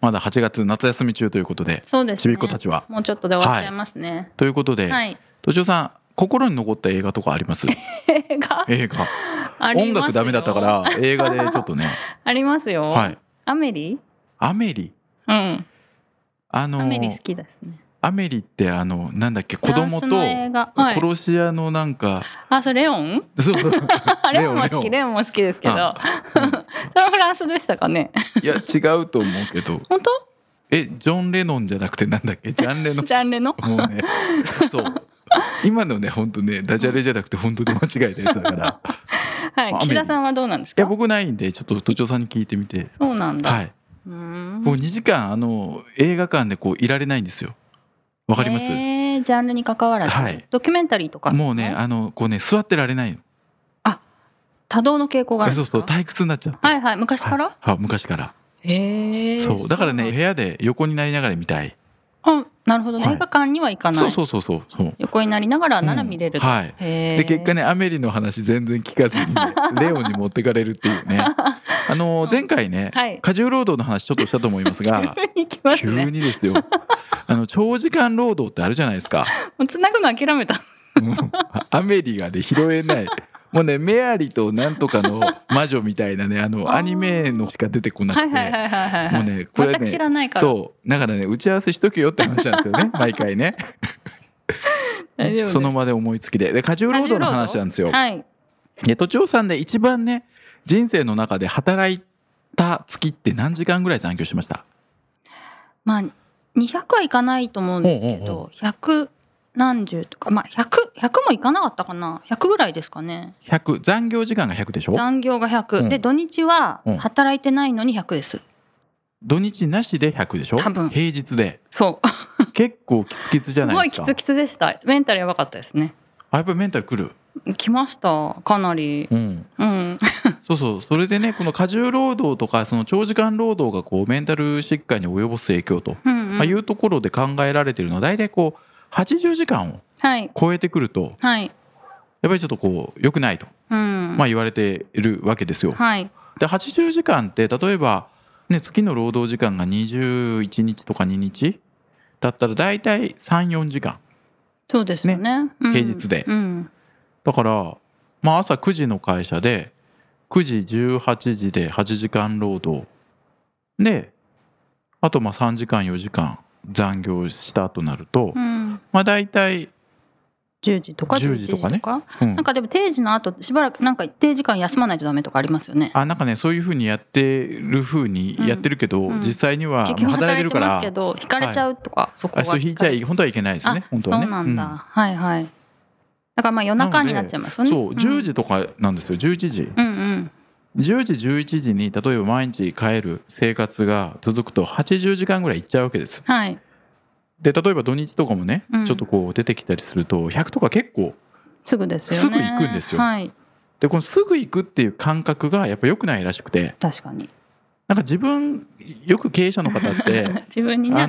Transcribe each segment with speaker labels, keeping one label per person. Speaker 1: まだ8月夏休み中ということで
Speaker 2: そうですね
Speaker 1: ちびっ子たちは
Speaker 2: もうちょっとで終わっちゃいますね
Speaker 1: ということで、
Speaker 2: はい、
Speaker 1: 土尾さん心に残った映画とかあります
Speaker 2: 映画
Speaker 1: 映画
Speaker 2: あり
Speaker 1: 音
Speaker 2: ますよ
Speaker 1: 楽ダメだったから映画でちょっとね
Speaker 2: ありますよ、
Speaker 1: はい
Speaker 2: アメリ
Speaker 1: アメリ
Speaker 2: うん
Speaker 1: あの
Speaker 2: アメリ好きですね
Speaker 1: アメリってあのなんだっけ子
Speaker 2: フ
Speaker 1: 供
Speaker 2: ラ
Speaker 1: と
Speaker 2: ンスの映画はい
Speaker 1: 殺し屋のなん か、
Speaker 2: あそれレオ ン
Speaker 1: そう
Speaker 2: あレオンも好き
Speaker 1: レ
Speaker 2: レオンも好きですけど
Speaker 1: あ
Speaker 2: それはフランスでしたかね
Speaker 1: いや違うと思うけど
Speaker 2: 本当
Speaker 1: えジョン・レノンじゃなくてなんだっけジャン・レノ ン
Speaker 2: ジャンルの
Speaker 1: もう ねそう今のね本当ねダジャレじゃなくて本当に間違えたやつだからい
Speaker 2: はい
Speaker 1: アメリ
Speaker 2: 岸田さんはどうなんです
Speaker 1: や
Speaker 2: か
Speaker 1: 僕ないんでちょっと都庁さんに聞いてみて
Speaker 2: そうなんだ、
Speaker 1: は
Speaker 2: う
Speaker 1: い
Speaker 2: ーん
Speaker 1: もう2時間あの映画館でこういられないんですよわかります、
Speaker 2: えージャンルに関わらず、
Speaker 1: はい
Speaker 2: ドキュメンタリーとか
Speaker 1: もうねあのこうね座ってられないの
Speaker 2: 多動の傾向があ
Speaker 1: え
Speaker 2: るん
Speaker 1: そ
Speaker 2: で
Speaker 1: う
Speaker 2: すか
Speaker 1: そう退屈になっちゃう
Speaker 2: はいはい昔から、
Speaker 1: はいあ昔から、
Speaker 2: へえ
Speaker 1: そうだからね部屋で横になりながら見たい
Speaker 2: あなるほどね、
Speaker 1: はい
Speaker 2: 映画館には行かない
Speaker 1: そうそうそうそうそう
Speaker 2: 横になりながらなら見れると、
Speaker 1: うんはい
Speaker 2: へえ
Speaker 1: で結果ねアメリの話全然聞かずにね、レオンに持ってかれるってい うねあの前回ね、
Speaker 2: はい
Speaker 1: 過重労働の話ちょっとしたと思います が
Speaker 2: 急に行きます
Speaker 1: 急
Speaker 2: ね
Speaker 1: にですよあの長時間労働ってあるじゃないですか
Speaker 2: もう繋ぐの諦めた
Speaker 1: うんアメリがね拾えないもうねメアリとなんとかの魔女みたいなねあの
Speaker 2: あー
Speaker 1: アニメのしか出てこなく
Speaker 2: は
Speaker 1: て
Speaker 2: いはいはいはいはい
Speaker 1: もうねこれ
Speaker 2: 全く知ら
Speaker 1: ね
Speaker 2: ないから
Speaker 1: そうだからね打ち合わせしとけよって話なんですよ ね毎回ね
Speaker 2: 大丈夫です
Speaker 1: その場で思いつきでで過重労働の話なんですよ
Speaker 2: はい
Speaker 1: で都庁さんで一番ね人生の中で働いた月って何時間ぐらい残業しました
Speaker 2: まあ200はいかないと思うんですけ
Speaker 1: ほうほ
Speaker 2: ど100何十とかまあ100100もいかなかったかな100ぐらいですかね
Speaker 1: 100残業時間が100でしょ
Speaker 2: 残業が100、
Speaker 1: うん
Speaker 2: で土日は
Speaker 1: うん
Speaker 2: 働いてないのに100です
Speaker 1: 土日なしで100でしょ
Speaker 2: 多分
Speaker 1: 平 日で
Speaker 2: そう
Speaker 1: 結構キツキツじ
Speaker 2: す
Speaker 1: ゃな
Speaker 2: ご
Speaker 1: い
Speaker 2: い
Speaker 1: です
Speaker 2: キツ
Speaker 1: か
Speaker 2: キツでしたメンタルやばかったですね
Speaker 1: あやっぱりメンタルくる、
Speaker 2: 来ましたかなり
Speaker 1: うん、
Speaker 2: うん
Speaker 1: そうそうそれでねこの過重労働とかその長時間労働がこうメンタル疾患に及ぼす影響と、
Speaker 2: うん
Speaker 1: まあ、
Speaker 2: う
Speaker 1: い
Speaker 2: ん
Speaker 1: うところで考えられてるのは大体こう80時間を
Speaker 2: はい
Speaker 1: 超えてくると
Speaker 2: はい
Speaker 1: やっぱりちょっとこう良くないと、
Speaker 2: うん
Speaker 1: まあ、言われているわけですよ。
Speaker 2: はい
Speaker 1: で80時間って例えば、ね、月の労働時間が21日とか2日だったら大体34時間
Speaker 2: そうですよねうん
Speaker 1: 平日で
Speaker 2: うん
Speaker 1: だから、まあ、朝9時の会社で9時18時で8時間労働であとまあ3時間4時間残業したとなると、
Speaker 2: うん
Speaker 1: まあ大体、
Speaker 2: 10時とか
Speaker 1: 10時とかね
Speaker 2: 11時
Speaker 1: うん
Speaker 2: なんかでも定時の後しばらくなんか一定時間休まないとダメとかありますよね。
Speaker 1: あなんかねそういうふうにやってるふうにやってるけど、
Speaker 2: うんうん
Speaker 1: 実際には
Speaker 2: 結
Speaker 1: も
Speaker 2: 局
Speaker 1: う働
Speaker 2: 働
Speaker 1: いて
Speaker 2: い
Speaker 1: る
Speaker 2: て
Speaker 1: か
Speaker 2: ます
Speaker 1: ら
Speaker 2: けど引かれちゃうとか、そこ
Speaker 1: あ
Speaker 2: は
Speaker 1: そう引いちゃ
Speaker 2: 引
Speaker 1: い本当はいけないです
Speaker 2: かれ
Speaker 1: ね本当はね。
Speaker 2: あそうなんだ、
Speaker 1: うん
Speaker 2: はいはいだからまあ夜中になっちゃいますよね。
Speaker 1: そう10
Speaker 2: 時
Speaker 1: 時とかなんですよ11時
Speaker 2: うんうん
Speaker 1: 10時11時に例えば毎日帰る生活が続くと80時間ぐらいいっちゃうわけです
Speaker 2: はい
Speaker 1: で例えば土日とかもね、
Speaker 2: うん
Speaker 1: ちょっとこう出てきたりすると100とか結構
Speaker 2: すぐですよね。
Speaker 1: すぐ行くんですよ
Speaker 2: はい
Speaker 1: でこのすぐ行くっていう感覚がやっぱ良くないらしくて
Speaker 2: 確かに
Speaker 1: なんか自分よく経営者の方って
Speaker 2: 自分にね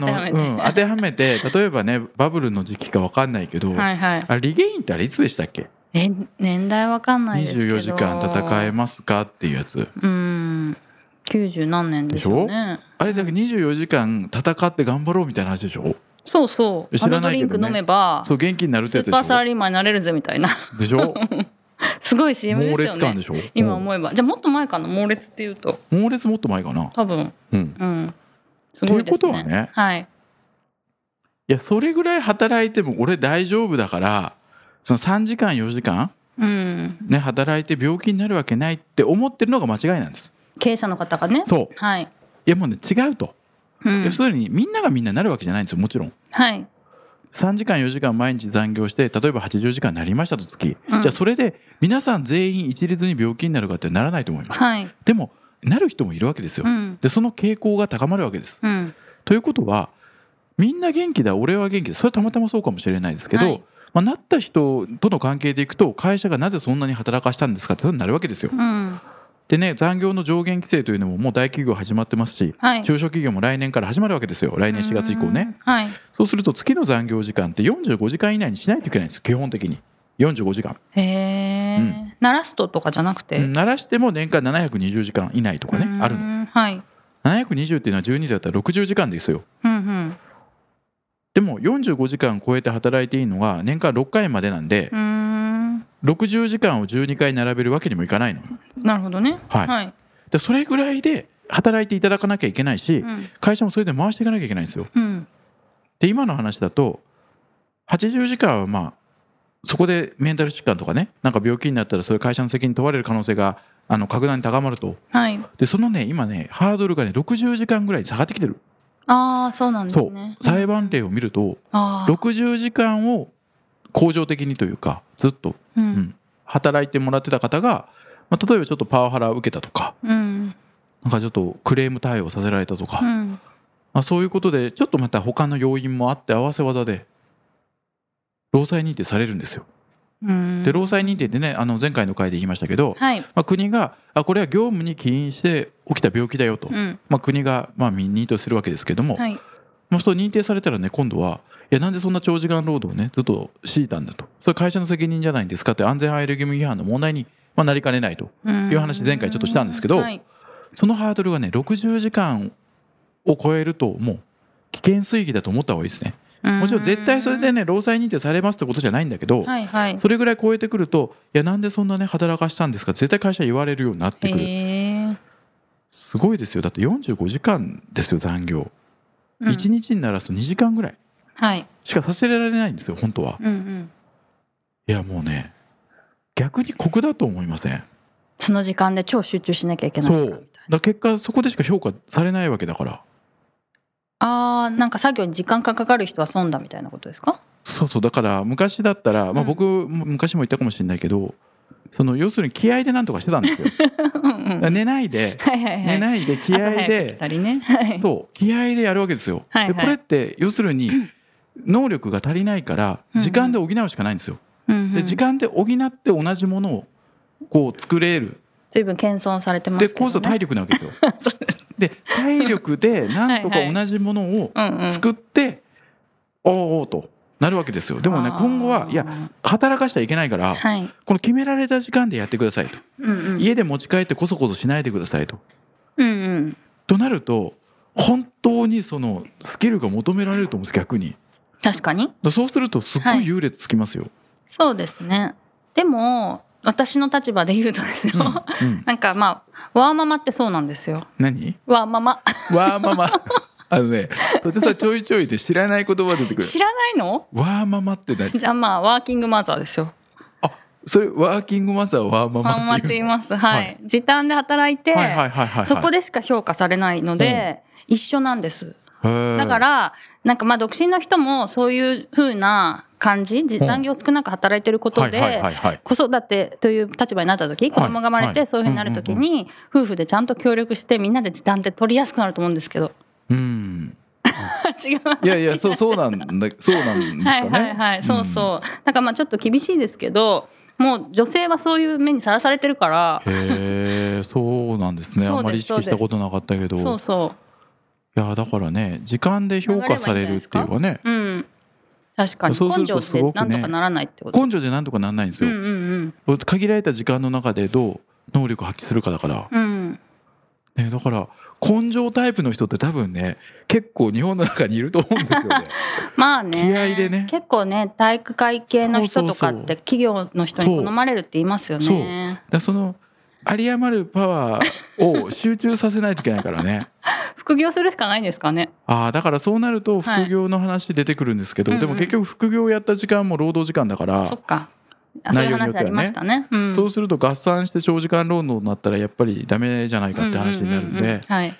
Speaker 2: 当てはめて、
Speaker 1: うん、当てはめて例えばねバブルの時期か分かんないけ ど、
Speaker 2: はいはい
Speaker 1: あリゲインってあれいつでしたっけ
Speaker 2: え年代わかんないですけど
Speaker 1: 24時間戦えますかっていうやつ
Speaker 2: うん90何年ですよね。
Speaker 1: あれだけ24時間戦って頑張ろうみたいな話でしょ
Speaker 2: そうそう
Speaker 1: 知ら
Speaker 2: あのド
Speaker 1: ない
Speaker 2: リ
Speaker 1: けどね
Speaker 2: ンク飲めば
Speaker 1: そう元気になるって
Speaker 2: ス
Speaker 1: やつ
Speaker 2: ー
Speaker 1: で
Speaker 2: パーサラ
Speaker 1: し
Speaker 2: リーマンになれるぜみたいな
Speaker 1: ょでしょ
Speaker 2: すごい CM ですよ
Speaker 1: 猛
Speaker 2: ね。
Speaker 1: 烈感でしょ
Speaker 2: 今思えばじゃあもっと前かな猛烈っていうと
Speaker 1: うん猛烈もっと前かな
Speaker 2: 多分
Speaker 1: うん
Speaker 2: うんすごいですね
Speaker 1: ということはね
Speaker 2: はい
Speaker 1: いやそれぐらい働いても俺大丈夫だからその3時間4時間
Speaker 2: うん
Speaker 1: ね働いて病気になるわけないって思ってるのが間違いなんです
Speaker 2: 経営者の方がね
Speaker 1: そう
Speaker 2: はい、
Speaker 1: いやもうね違うと、
Speaker 2: う
Speaker 1: い
Speaker 2: ん
Speaker 1: や、それにみんながみんななるわけじゃないんですよもちろん
Speaker 2: はい
Speaker 1: 3時間4時間毎日残業して例えば80時間になりましたと月、
Speaker 2: うん
Speaker 1: じゃあそれで皆さん全員一律に病気になるかってならないと思います
Speaker 2: はい
Speaker 1: でもなる人もいるわけですよ。
Speaker 2: うん
Speaker 1: でその傾向が高まるわけです。
Speaker 2: うん
Speaker 1: ということはみんな元気だ俺は元気だそれはたまたまそうかもしれないですけど、
Speaker 2: はい
Speaker 1: まあ、なった人との関係でいくと会社がなぜそんなに働かしたんですかってことになるわけですよ。
Speaker 2: うん
Speaker 1: でね残業の上限規制というのももう大企業始まってますし
Speaker 2: はい
Speaker 1: 中小企業も来年から始まるわけですよ来年4月以降ね。
Speaker 2: うんはい
Speaker 1: そうすると月の残業時間って45時間以内にしないといけないんです基本的に45時間。
Speaker 2: へえ鳴らすととかじゃなくて
Speaker 1: うん鳴らしても年間720時間以内とかね
Speaker 2: うん
Speaker 1: あるの
Speaker 2: はい
Speaker 1: 720っていうのは12だったら60時間ですよ
Speaker 2: うんうん
Speaker 1: でも45時間超えて働いていいのが年間6回までなんで
Speaker 2: うーん
Speaker 1: 60時間を12回並べるわけにもいかないのよ
Speaker 2: なるほどね
Speaker 1: はい
Speaker 2: はい
Speaker 1: でそれぐらいで働いていただかなきゃいけないし
Speaker 2: うん
Speaker 1: 会社もそれで回していかなきゃいけないんですよ
Speaker 2: うん
Speaker 1: で今の話だと80時間はまあそこでメンタル疾患とかねなんか病気になったらそれ会社の責任問われる可能性があの格段に高まると
Speaker 2: はい
Speaker 1: でそのね今ねハードルがね60時間ぐらいに下がってきてる
Speaker 2: ああそうなんです
Speaker 1: そう
Speaker 2: ね
Speaker 1: 裁判例を見ると
Speaker 2: ああ
Speaker 1: 60時間を恒常的にというかずっと
Speaker 2: う
Speaker 1: うん
Speaker 2: ん
Speaker 1: 働いてもらってた方が、まあ、例えばちょっとパワハラを受けたとか
Speaker 2: うん
Speaker 1: なんかちょっとクレーム対応させられたとか、
Speaker 2: う
Speaker 1: ま
Speaker 2: ん
Speaker 1: あ、そういうことでちょっとまた他の要因もあって合わせ技で労災認定されるんですよ。
Speaker 2: うん
Speaker 1: で労災認定ってねあの前回の回で言いましたけど、
Speaker 2: はい
Speaker 1: まあ、国があこれは業務に起因して起きた病気だよと、
Speaker 2: うん
Speaker 1: まあ、国がまあ認定するわけですけども、
Speaker 2: はい
Speaker 1: まあ、そう認定されたらね今度はいやなんでそんな長時間労働をねずっと強いたんだとそれ会社の責任じゃないんですかって安全配慮義務違反の問題に、まあ、なりかねないと
Speaker 2: い
Speaker 1: いう話前回ちょっとしたんですけど
Speaker 2: はい
Speaker 1: そのハードルがね60時間を超えるともう危険水域だと思った方がいいですねもちろん絶対それでね労災認定されますってことじゃないんだけど、
Speaker 2: はいはい
Speaker 1: それぐらい超えてくるといやなんでそんなね働かしたんですかって絶対会社言われるようになってくる
Speaker 2: へえ
Speaker 1: すごいですよだって45時間ですよ残業、
Speaker 2: うん
Speaker 1: 1日にならすと2時間ぐらい
Speaker 2: はい
Speaker 1: しかさせられないんですよ本当は
Speaker 2: うんうん
Speaker 1: いやもうね逆に酷だと思いません
Speaker 2: その時間で超集中しなきゃいけない
Speaker 1: そうだから結果そこでしか評価されないわけだから
Speaker 2: あーなんか作業に時間がかかる人は損だみたいなことですか
Speaker 1: そうそうだから昔だったら、まあ、
Speaker 2: うん
Speaker 1: 僕も昔も言ったかもしれないけどその要するに気合でなんとかしてたんですよだか
Speaker 2: うんうん
Speaker 1: ら寝ないで
Speaker 2: はい はいは
Speaker 1: 寝
Speaker 2: い
Speaker 1: ないで気合
Speaker 2: 朝早く来
Speaker 1: で
Speaker 2: たりねはい
Speaker 1: そう気合でやるわけですよ、
Speaker 2: はいはい
Speaker 1: でこれって要するに能力が足りないから
Speaker 2: うん
Speaker 1: 時間で補うしかないんですよ、
Speaker 2: うんう
Speaker 1: で
Speaker 2: ん
Speaker 1: 時間で補って同じものをこう作れる
Speaker 2: 随分謙遜されてま
Speaker 1: です
Speaker 2: けど
Speaker 1: こう
Speaker 2: ね
Speaker 1: すると体力なわけですよ
Speaker 2: そう
Speaker 1: で体力でなんと
Speaker 2: は
Speaker 1: か
Speaker 2: いはい
Speaker 1: 同じものを
Speaker 2: うんうん
Speaker 1: 作っておうおうとなるわけですよでもね
Speaker 2: あー
Speaker 1: 今後はいや働かしちゃいけないから
Speaker 2: はい
Speaker 1: この決められた時間でやってくださいと
Speaker 2: うんうん
Speaker 1: 家で持ち帰ってこそこそしないでくださいと
Speaker 2: うんうん
Speaker 1: となると本当にそのスキルが求められると思うんです逆に
Speaker 2: 確かに
Speaker 1: そうするとすっごい優劣つきますよ、
Speaker 2: そうですねでも私の立場で言うとですよ、
Speaker 1: うんうん
Speaker 2: なんかまあワーママってそうなんですよ
Speaker 1: 何
Speaker 2: ワーママ
Speaker 1: わーママあのねとてさんちょいちょいで知らない言葉出てくる
Speaker 2: 知らないの
Speaker 1: わーママって何
Speaker 2: じゃあまあワーキングマザーですよ
Speaker 1: それワーキングマザーはワーマ
Speaker 2: ワーマ
Speaker 1: マ
Speaker 2: マ
Speaker 1: っ
Speaker 2: ってて
Speaker 1: いう
Speaker 2: 言いますはい、
Speaker 1: はい
Speaker 2: 時短で働いて、
Speaker 1: はいはいはいはいはい
Speaker 2: そこでしか評価されないので、一緒なんですだかららなんかまあ独身の人もそういう風な感じじ
Speaker 1: うん
Speaker 2: 残業少なく働いてることで、
Speaker 1: はいはいはいはい
Speaker 2: 子育てという立場になった時子供が生まれ
Speaker 1: は
Speaker 2: て
Speaker 1: い
Speaker 2: そういうふうになる時に夫婦でちゃんと協力してみんなで時短って取りやすくなると思うんですけど
Speaker 1: うん
Speaker 2: 違う話
Speaker 1: いやいやそうそうなんだそうなんです
Speaker 2: は
Speaker 1: か
Speaker 2: い
Speaker 1: ね
Speaker 2: はいはいそうそうだからまあちょっと厳しいですけどもう女性はそういう目にさらされてるから
Speaker 1: うんへえそうなんですね
Speaker 2: そうです
Speaker 1: あんまり意識したことなかったけどい
Speaker 2: そうそ
Speaker 1: やだからね時間で評価されるっていうかね
Speaker 2: ううん確かに
Speaker 1: そうす
Speaker 2: 根
Speaker 1: る
Speaker 2: 性
Speaker 1: とすごく
Speaker 2: で
Speaker 1: ね
Speaker 2: なんとかならないってこと
Speaker 1: 根性じゃなんとかなんないんです
Speaker 2: うん
Speaker 1: よ、
Speaker 2: うん
Speaker 1: 限られた時間の中でどう能力を発揮するかだから、
Speaker 2: うんうん
Speaker 1: ね、だから根性タイプの人って多分ね結構日本の中にいると思うんです よね
Speaker 2: まあね
Speaker 1: 気合でね
Speaker 2: 結構ね体育会系の人とか
Speaker 1: そう
Speaker 2: っ
Speaker 1: そうそ
Speaker 2: て企業の人に好まれるって言いますよ
Speaker 1: そう
Speaker 2: ね
Speaker 1: だからその有り余るパワーを集中させないといけないからね
Speaker 2: 副業するしかないんですかね
Speaker 1: ああだからそうなると
Speaker 2: はい
Speaker 1: 副業の話出てくるんですけど、
Speaker 2: うんうん
Speaker 1: でも結局副業やった時間も労働時間だから
Speaker 2: そっか。あそういう
Speaker 1: 内容によ
Speaker 2: 話あ
Speaker 1: ってはね
Speaker 2: りましたね。うん
Speaker 1: そうすると合算して長時間労働になったらやっぱりダメじゃないかって話になる
Speaker 2: う
Speaker 1: ん
Speaker 2: ううう
Speaker 1: で
Speaker 2: はい。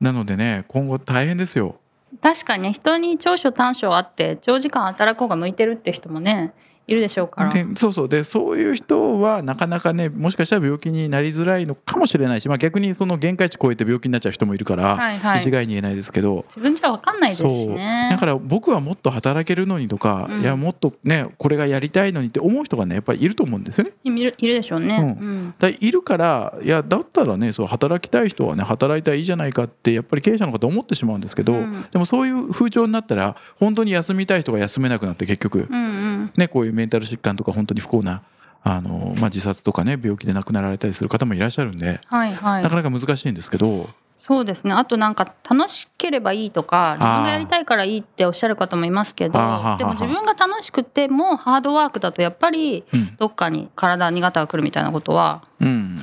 Speaker 1: なのでね今後大変ですよ
Speaker 2: 確かにね人に長所短所あって長時間働く方が向いてるって人もねいるでしょうから。
Speaker 1: でそうそうでそういう人はなかなかねもしかしたら病気になりづらいのかもしれないし、まあ、逆にその限界値超えて病気になっちゃう人もいるから、
Speaker 2: はいはい。
Speaker 1: 一
Speaker 2: 自
Speaker 1: 概に言えないですけど。
Speaker 2: 分じゃわかんないですし
Speaker 1: そう
Speaker 2: ね。
Speaker 1: だから僕はもっと働けるのにとか、
Speaker 2: うん
Speaker 1: いやもっとねこれがやりたいのにって思う人がねやっぱりいると思うんですよね。
Speaker 2: いるいるでしょうね。
Speaker 1: う
Speaker 2: うん。
Speaker 1: だいるからいやだったらねそう働きたい人はね働いたらいいじゃないかってやっぱり経営者の方思ってしまうんですけど、
Speaker 2: うん
Speaker 1: でもそういう風潮になったら本当に休みたい人が休めなくなって結局、
Speaker 2: うんうん。
Speaker 1: ね、こういうメンタル疾患とか本当に不幸なあの、まあ、自殺とかね病気で亡くなられたりする方もいらっしゃるんで、
Speaker 2: はいは
Speaker 1: ないか。なか難しいんですけど
Speaker 2: そうですね。あとなんか楽しければいいとか、自分がやりたいからいいっておっしゃる方もいますけど
Speaker 1: あーはーはー、
Speaker 2: でも自分が楽しくてもハードワークだとやっぱり
Speaker 1: うん、
Speaker 2: どっかに体にガタが来るみたいなことは
Speaker 1: うん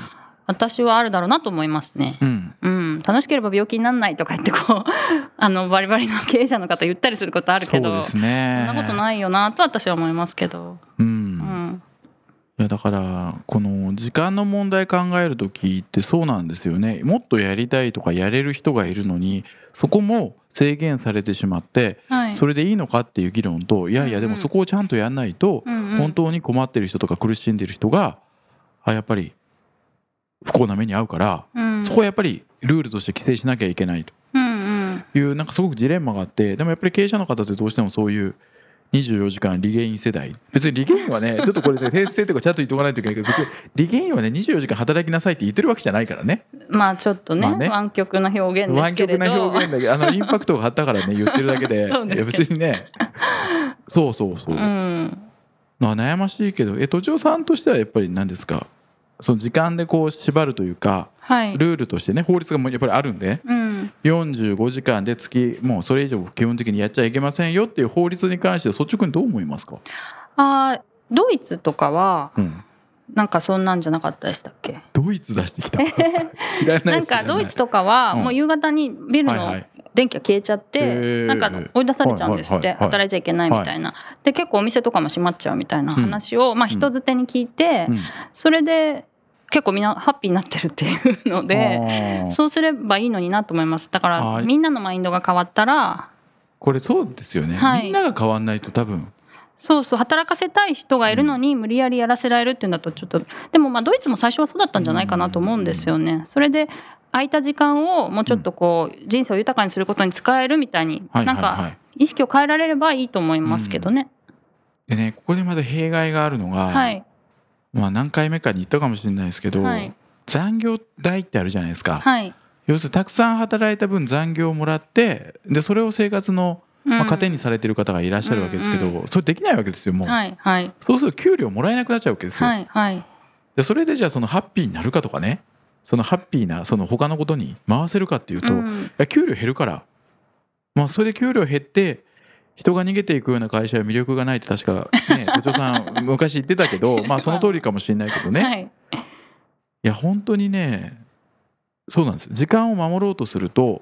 Speaker 2: 私はあるだろうなと思いますね。
Speaker 1: うん
Speaker 2: うん、楽しければ病気にならないとか言ってこう あのバリバリの経営者の方言ったりすることあるけ
Speaker 1: そう
Speaker 2: ど
Speaker 1: で
Speaker 2: そ,、
Speaker 1: すね
Speaker 2: んなことないよなと私は思いますけど、
Speaker 1: うん
Speaker 2: うん
Speaker 1: いやだからこの時間の問題考える時ってそうなんですよねもっとやりたいとかやれる人がいるのにそこも制限されてしまって
Speaker 2: はい
Speaker 1: それでいいのかっていう議論といやいや
Speaker 2: うんう
Speaker 1: で
Speaker 2: ん
Speaker 1: もそこをちゃんとやんないと
Speaker 2: うんうん
Speaker 1: 本当に困ってる人とか苦しんでる人があやっぱり不幸な目に遭うから
Speaker 2: うん
Speaker 1: そこはやっぱりルールとして規制しなきゃいけないと
Speaker 2: うんうん
Speaker 1: いうなんかすごくジレンマがあってでもやっぱり経営者の方ってどうしてもそういう24時間リゲイン世代別にリゲインは ねちょっとこれね訂正とかちゃんと言っとかないといけないけど別にリゲインはね24時間働きなさいって言ってるわけじゃないからね
Speaker 2: まあちょっとね,、
Speaker 1: まあね
Speaker 2: 湾曲な表現で
Speaker 1: 湾
Speaker 2: すけれ
Speaker 1: 曲な
Speaker 2: ど
Speaker 1: 表現だけどあのインパクトがあったからね言ってるだけ で
Speaker 2: そうです
Speaker 1: いや別にねそうそうそう、
Speaker 2: うん、
Speaker 1: まあ悩ましいけどえとちおさんとしてはやっぱり何ですかその時間でこう縛るというか
Speaker 2: はい、
Speaker 1: ルールとしてね法律がもうやっぱりあるんで
Speaker 2: うん、
Speaker 1: 45時間で月もうそれ以上基本的にやっちゃいけませんよっていう法律に関して率直にどう思いますか、
Speaker 2: あードイツとかは
Speaker 1: うん、
Speaker 2: なんかそんなんじゃなかったでしたっけ
Speaker 1: ドイツ 出してきた知らない
Speaker 2: なんかドイツとかは
Speaker 1: うん
Speaker 2: もう夕方にビル
Speaker 1: はいは
Speaker 2: の
Speaker 1: い
Speaker 2: 電気が消えちゃって
Speaker 1: へー
Speaker 2: なんか追い出されちゃうんですっ
Speaker 1: はい
Speaker 2: て
Speaker 1: はいはいはい
Speaker 2: 働いちゃいけないみたいなで結構お店とかも閉まっちゃうみたいな話をまあ人づてに聞いて
Speaker 1: うん
Speaker 2: それで結構みんなハッピーになってるっていうので
Speaker 1: あー
Speaker 2: そうすればいいのになと思いますだか
Speaker 1: あ
Speaker 2: ら
Speaker 1: ー
Speaker 2: みんなのマインドが変わったら
Speaker 1: これそうですよね、
Speaker 2: はい
Speaker 1: みんなが変わんないと多分
Speaker 2: そうそう働かせたい人がいるのに無理やりやらせられるっていうんだとちょっとでもまあドイツも最初はそうだったんじゃないかなと思うんですよね。それで空いた時間をもうちょっとこう人生を豊かにすることに使えるみたいに
Speaker 1: はい
Speaker 2: なん
Speaker 1: はいは
Speaker 2: か
Speaker 1: い
Speaker 2: 意識を変えられればいいと思いますけどね。
Speaker 1: でねここでまだ弊害があるのが、
Speaker 2: はい
Speaker 1: まあ、何回目かに言ったかもしれないですけど、
Speaker 2: はい
Speaker 1: 残業代ってあるじゃないですか、
Speaker 2: はい。
Speaker 1: 要するにたくさん働いた分残業をもらってでそれを生活の、
Speaker 2: うん
Speaker 1: まあ、糧にされてる方がいらっしゃるわけですけど、
Speaker 2: うん
Speaker 1: それできないわけですよもう、
Speaker 2: はいはい
Speaker 1: そうすると給料もらえなくなっちゃうわけですよ、
Speaker 2: はいはい。
Speaker 1: でそれでじゃあそのハッピーになるかとかねそのハッピーなその他のことに回せるかっていうと、
Speaker 2: う
Speaker 1: い
Speaker 2: ん
Speaker 1: や給料減るから、まあ、それで給料減って人が逃げていくような会社は魅力がないって確か ね部長さん昔言ってたけど、まあ、その通りかもしれないけどね、い、
Speaker 2: はい
Speaker 1: や本当にねそうなんです時間を守ろうとすると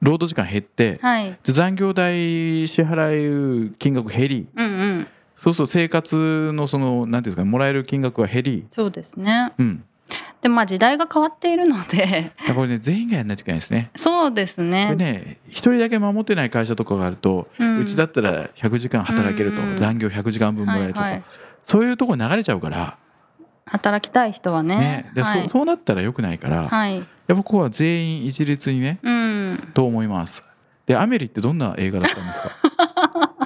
Speaker 1: 労働時間減って
Speaker 2: はい。
Speaker 1: で残業代支払う金額減り
Speaker 2: うんうん
Speaker 1: そうすると生活のその何ていうんですかねもらえる金額が減り
Speaker 2: そうですね。
Speaker 1: うん
Speaker 2: でもまあ時代が変わっているので
Speaker 1: いやこれね全員がやんないといけないですね。
Speaker 2: そうです
Speaker 1: これ
Speaker 2: ね。
Speaker 1: ね一人だけ守ってない会社とかがあると、
Speaker 2: う
Speaker 1: うんちだったら100時間働けると、
Speaker 2: うん
Speaker 1: 残業100時間分もらえるとか、
Speaker 2: はいはい
Speaker 1: そういうとこに流れちゃうから、
Speaker 2: 働きたい人はね
Speaker 1: ね。で
Speaker 2: は
Speaker 1: そ
Speaker 2: い。
Speaker 1: そうなったら良くないから、
Speaker 2: はい。
Speaker 1: やっぱここは全員一律にね
Speaker 2: うん。
Speaker 1: と思います。でアメリってどんな映画だったんです か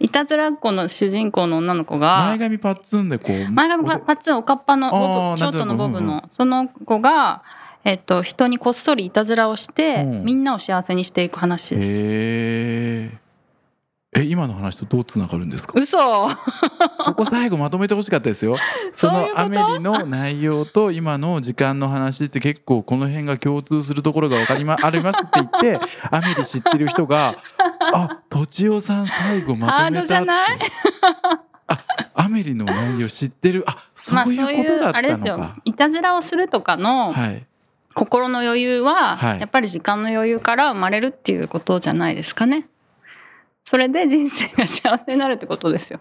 Speaker 2: いたずらっ子の主人公の女の子が
Speaker 1: 前髪パッツンでこう
Speaker 2: 前髪パパッツンおかっぱのボ
Speaker 1: あー
Speaker 2: ブショートのボブ
Speaker 1: なんとなくうん
Speaker 2: のその子が、えっと、人にこっそりいたずらをして、
Speaker 1: うん
Speaker 2: みんなを幸せにしていく話です。
Speaker 1: へーえ今の話とどうつながるんですか
Speaker 2: 嘘
Speaker 1: そこ最後まとめてほしかったですよ。
Speaker 2: そ
Speaker 1: そ
Speaker 2: ういうこ
Speaker 1: の
Speaker 2: と
Speaker 1: アメリの内容と今の時間の話って結構この辺が共通するところがわかりまありますって 言って、アメリ知ってる人が、あ、とちおさん最後ま
Speaker 2: ハ
Speaker 1: と
Speaker 2: ー
Speaker 1: め
Speaker 2: ドじゃ
Speaker 1: た。
Speaker 2: ない
Speaker 1: アメリの内容知ってる。あ、そう
Speaker 2: まあそう
Speaker 1: い
Speaker 2: いう
Speaker 1: こと
Speaker 2: う
Speaker 1: だ
Speaker 2: あ
Speaker 1: った
Speaker 2: れで
Speaker 1: の
Speaker 2: すよ
Speaker 1: か。
Speaker 2: いたずらをするとかの
Speaker 1: はい。
Speaker 2: 心の余裕は、
Speaker 1: はい
Speaker 2: やっぱり時間の余裕から生まれるっていうことじゃないですかね。それで人生が幸せになるってことですよ。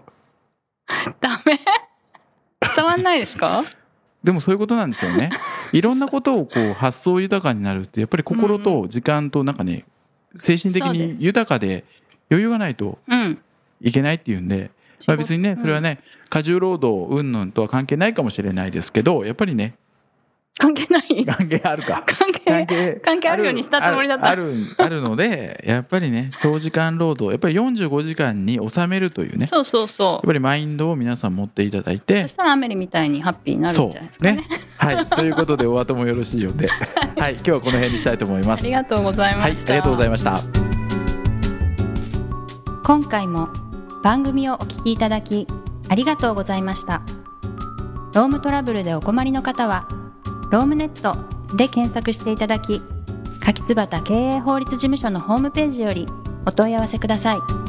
Speaker 2: ダメ 伝わんないですか
Speaker 1: でもそういうことなんでしょうね。いろんなことをこう発想豊かになるってやっぱり心と時間となんかね、精神的
Speaker 2: そうで
Speaker 1: に豊かで余裕がないと
Speaker 2: うん
Speaker 1: いけないっていうんで、まあ、別にねそれは
Speaker 2: ね、
Speaker 1: ね過重労働云々とは関係ないかもしれないですけどやっぱりね
Speaker 2: うん関係ない
Speaker 1: 関係あるか
Speaker 2: 関係
Speaker 1: 係
Speaker 2: 関係あるようにしたつもりだった
Speaker 1: あるあるあるのでやっぱりね長時間労働やっぱり45時間に収めるというね
Speaker 2: そうそうそ
Speaker 1: やっぱりマインドを皆さん持っていただいて
Speaker 2: うそしたらアメリみたいにハッピーになるんじゃないですかね
Speaker 1: はい、ということでお後もよろしいよ うで、はい、今日はこの辺にしたいと思いま
Speaker 2: あ
Speaker 1: す。
Speaker 2: りがとうございま
Speaker 1: はい、あ
Speaker 2: した、
Speaker 1: りがとうございました。
Speaker 2: 今回も番組をお聞きいただきありがとうございましたロームトラブルでお困りの方はロームネットで検索していただき柿椿経営法律事務所のホームページよりお問い合わせください